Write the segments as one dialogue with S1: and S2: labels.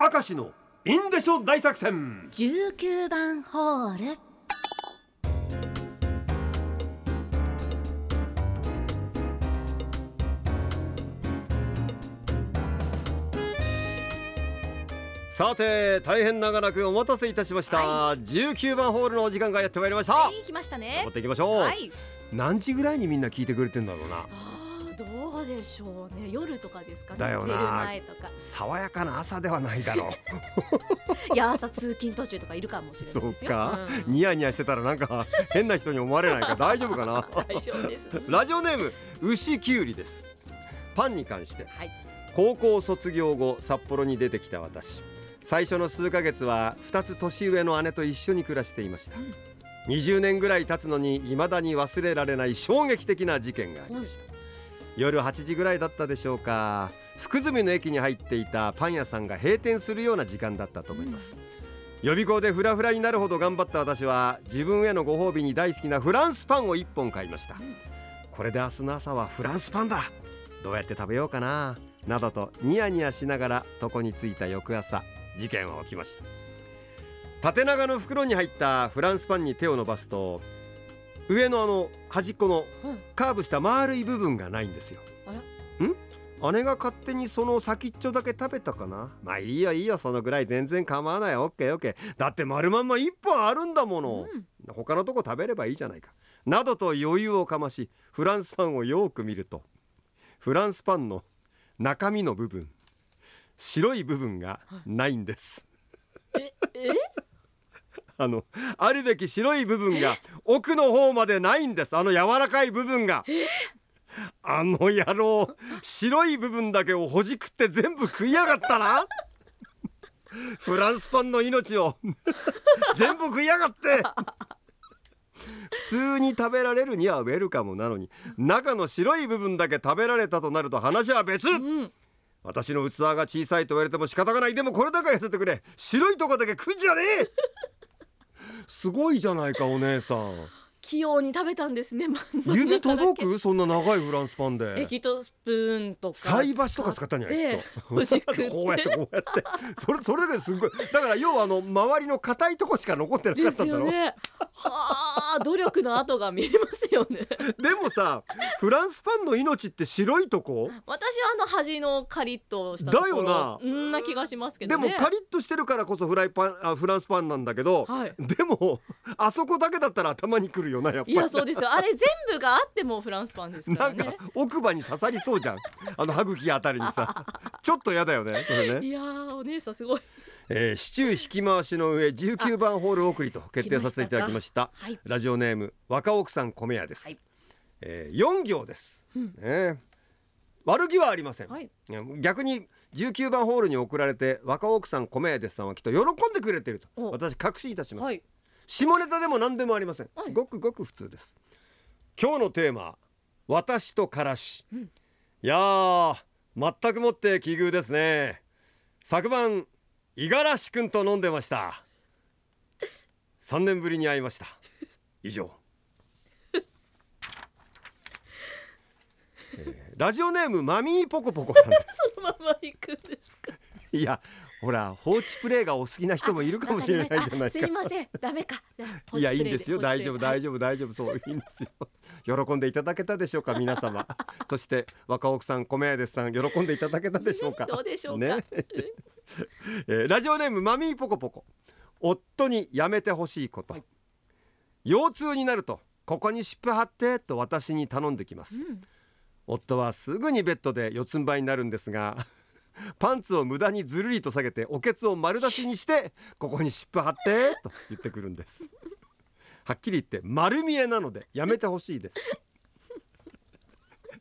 S1: 明石のインデショ大作戦
S2: 19番ホール
S1: さて大変長らくお待たせいたしました、
S2: は
S1: 19番ホールのお時間がやってまいりました、
S2: はい来ましたね
S1: 頑張っていきましょう、
S2: はい
S1: 何時ぐらいにみんな聞いてくれてんだろうな
S2: あーどうでしょうね夜とかですかね
S1: だよな
S2: 寝る前とか
S1: 爽やかな朝ではないだろう
S2: いや朝通勤途中とかいるかもしれな
S1: そ
S2: いうですよ
S1: か、
S2: うん
S1: ニヤニヤしてたらなんか変な人に思われないか大丈夫かな
S2: 大丈夫です
S1: ラジオネーム牛きゅうりですパンに関して
S2: はい
S1: 高校卒業後札幌に出てきた私最初の数ヶ月は2つ年上の姉と一緒に暮らしていました、
S2: うん
S1: 20年ぐらい経つのに未だに忘れられない衝撃的な事件がありました、夜8時ぐらいだったでしょうか福住の駅に入っていたパン屋さんが閉店するような時間だったと思います、予備校でフラフラになるほど頑張った私は自分へのご褒美に大好きなフランスパンを1本買いました、
S2: ん
S1: これで明日の朝はフランスパンだどうやって食べようかななどとニヤニヤしながら床に着いた翌朝事件は起きました縦長の袋に入ったフランスパンに手を伸ばすと上のあの端っこの
S2: うん
S1: カーブした丸い部分がないんですよ
S2: あら
S1: ん姉が勝手にその先っちょだけ食べたかなまあいいよいいよそのぐらい全然構わないオッケーオッケーだって丸まんま一本あるんだもの、
S2: うん
S1: 他のとこ食べればいいじゃないかなどと余裕をかましフランスパンをよく見るとフランスパンの中身の部分白い部分がないんです、
S2: ええ
S1: あのあるべき白い部分が奥の方までないんですあの柔らかい部分があの野郎白い部分だけをほじくって全部食いやがったなフランスパンの命を全部食いやがって普通に食べられるにはウェルカムなのに中の白い部分だけ食べられたとなると話は別、
S2: うん
S1: 私の器が小さいと言われても仕方がないでもこれだけは痩せてくれ白いとこだけ食うんじゃねえすごいじゃないかお姉さ ん
S2: 器用に食べたんですね真ん中だけ
S1: 指届くそんな長いフランスパン
S2: え
S1: で
S2: きっとスプーンとか
S1: 菜箸とか使ったんじゃないきっと
S2: ほじくって
S1: こうやってこうやってそれそれだけですごいだから要はあの周りの硬いとこしか残ってなか
S2: で
S1: った
S2: す
S1: んだ
S2: よ
S1: ろ
S2: ねはあ努力の跡が見えますよね
S1: でもさフランスパンの命って白いとこ
S2: 私はあの端のカリッとしたところ
S1: だよなん
S2: な気がしますけ
S1: で
S2: どね
S1: もカリッとしてるからこそフライパンあフランスパンなんだけど、
S2: はい
S1: でもあそこだけだったら頭にくるよなやっぱり
S2: いやそうですよあれ全部があってもフランスパンです
S1: な
S2: から
S1: んか
S2: ね
S1: 奥歯に刺さりそうじゃんあの歯茎あたりに さちょっとやだよねそれね、
S2: いやーお姉さんすごい
S1: えー、シチュー引き回しの上19番ホール送りと決定させていただきました
S2: はい
S1: ラジオネーム若奥さん米屋です、
S2: はい
S1: えー、4行です、
S2: うん
S1: ね悪気はありません、
S2: はい
S1: いや逆に19番ホールに送られて若奥さん米屋ですさんはきっと喜んでくれてると
S2: お
S1: 私確信いたします、
S2: はい
S1: 下ネタでも何でもありません、
S2: はい
S1: ごくごく普通です今日のテーマ私とからし、
S2: うん
S1: いやー全くもって奇遇ですね昨晩五十嵐くんと飲んでました3年ぶりに会いました以上、えーラジオネームマミーポコポコさんです
S2: そのまま行くんですか
S1: いやほら放置プレイがお好きな人もいるかもしれないじゃないですか
S2: わかりましたあすいませんダメか
S1: いやいいんですよ大丈夫大
S2: 丈
S1: 丈夫大丈夫そういいんですよ喜んでいただけたでしょうか皆 様そして若奥さん米屋ですさん喜んでいただけたでしょうか
S2: どうでしょうか
S1: ね えーラジオネームマミーポコポコ夫にやめてほしいこと、腰痛になるとここに湿布貼ってと私に頼んできます、
S2: うん
S1: 夫はすぐにベッドで四つん這いになるんですが パンツを無駄にずるりと下げておけつを丸出しにしてここに湿布貼ってと言ってくるんですはっきり言って丸見えなのでやめてほしいで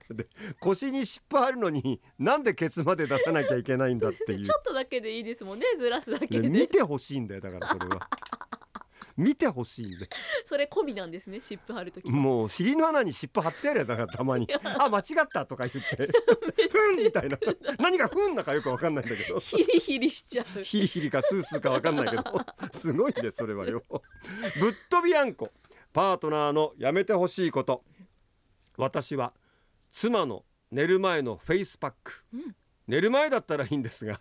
S1: すで腰に湿布貼るのになんでケツまで出さなきゃいけないんだっていう
S2: ちょっとだけでいいですもんねずらすだけ
S1: で
S2: で
S1: 見てほしいんだよだからそれは見てほしいんだよ
S2: それ込みなんですね湿布貼るとき
S1: もう尻の穴に尻尾貼ってやるやだからたまに「あ間違った」とか言って「ふん」みたいな何が「ふん」だかよくわかんないんだけど
S2: ヒリヒリしちゃう
S1: ヒリヒリかスースーかわかんないけどすごいねそれはよ。ぶっ飛びあんこパートナーのやめてほしいこと私は妻の寝る前のフェイスパック、
S2: うん
S1: 寝る前だったらいいんですが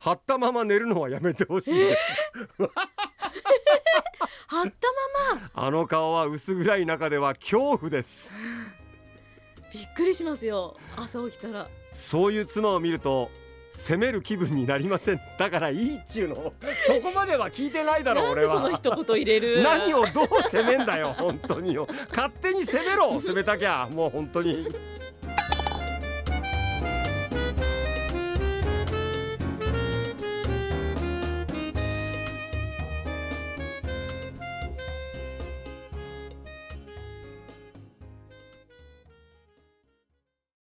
S1: 張ったまま寝るのはやめてほしいです、
S2: 貼ったまま
S1: あの顔は薄暗い中では恐怖です
S2: びっくりしますよ朝起きたら
S1: そういう妻を見ると責める気分になりませんだからいいっちゅうのそこまでは聞いてないだろ
S2: なん
S1: 俺
S2: でそ
S1: は
S2: の一言入れ る
S1: 何をどう責めんだよ本当によ勝手に責めろ責めたきゃもう本当に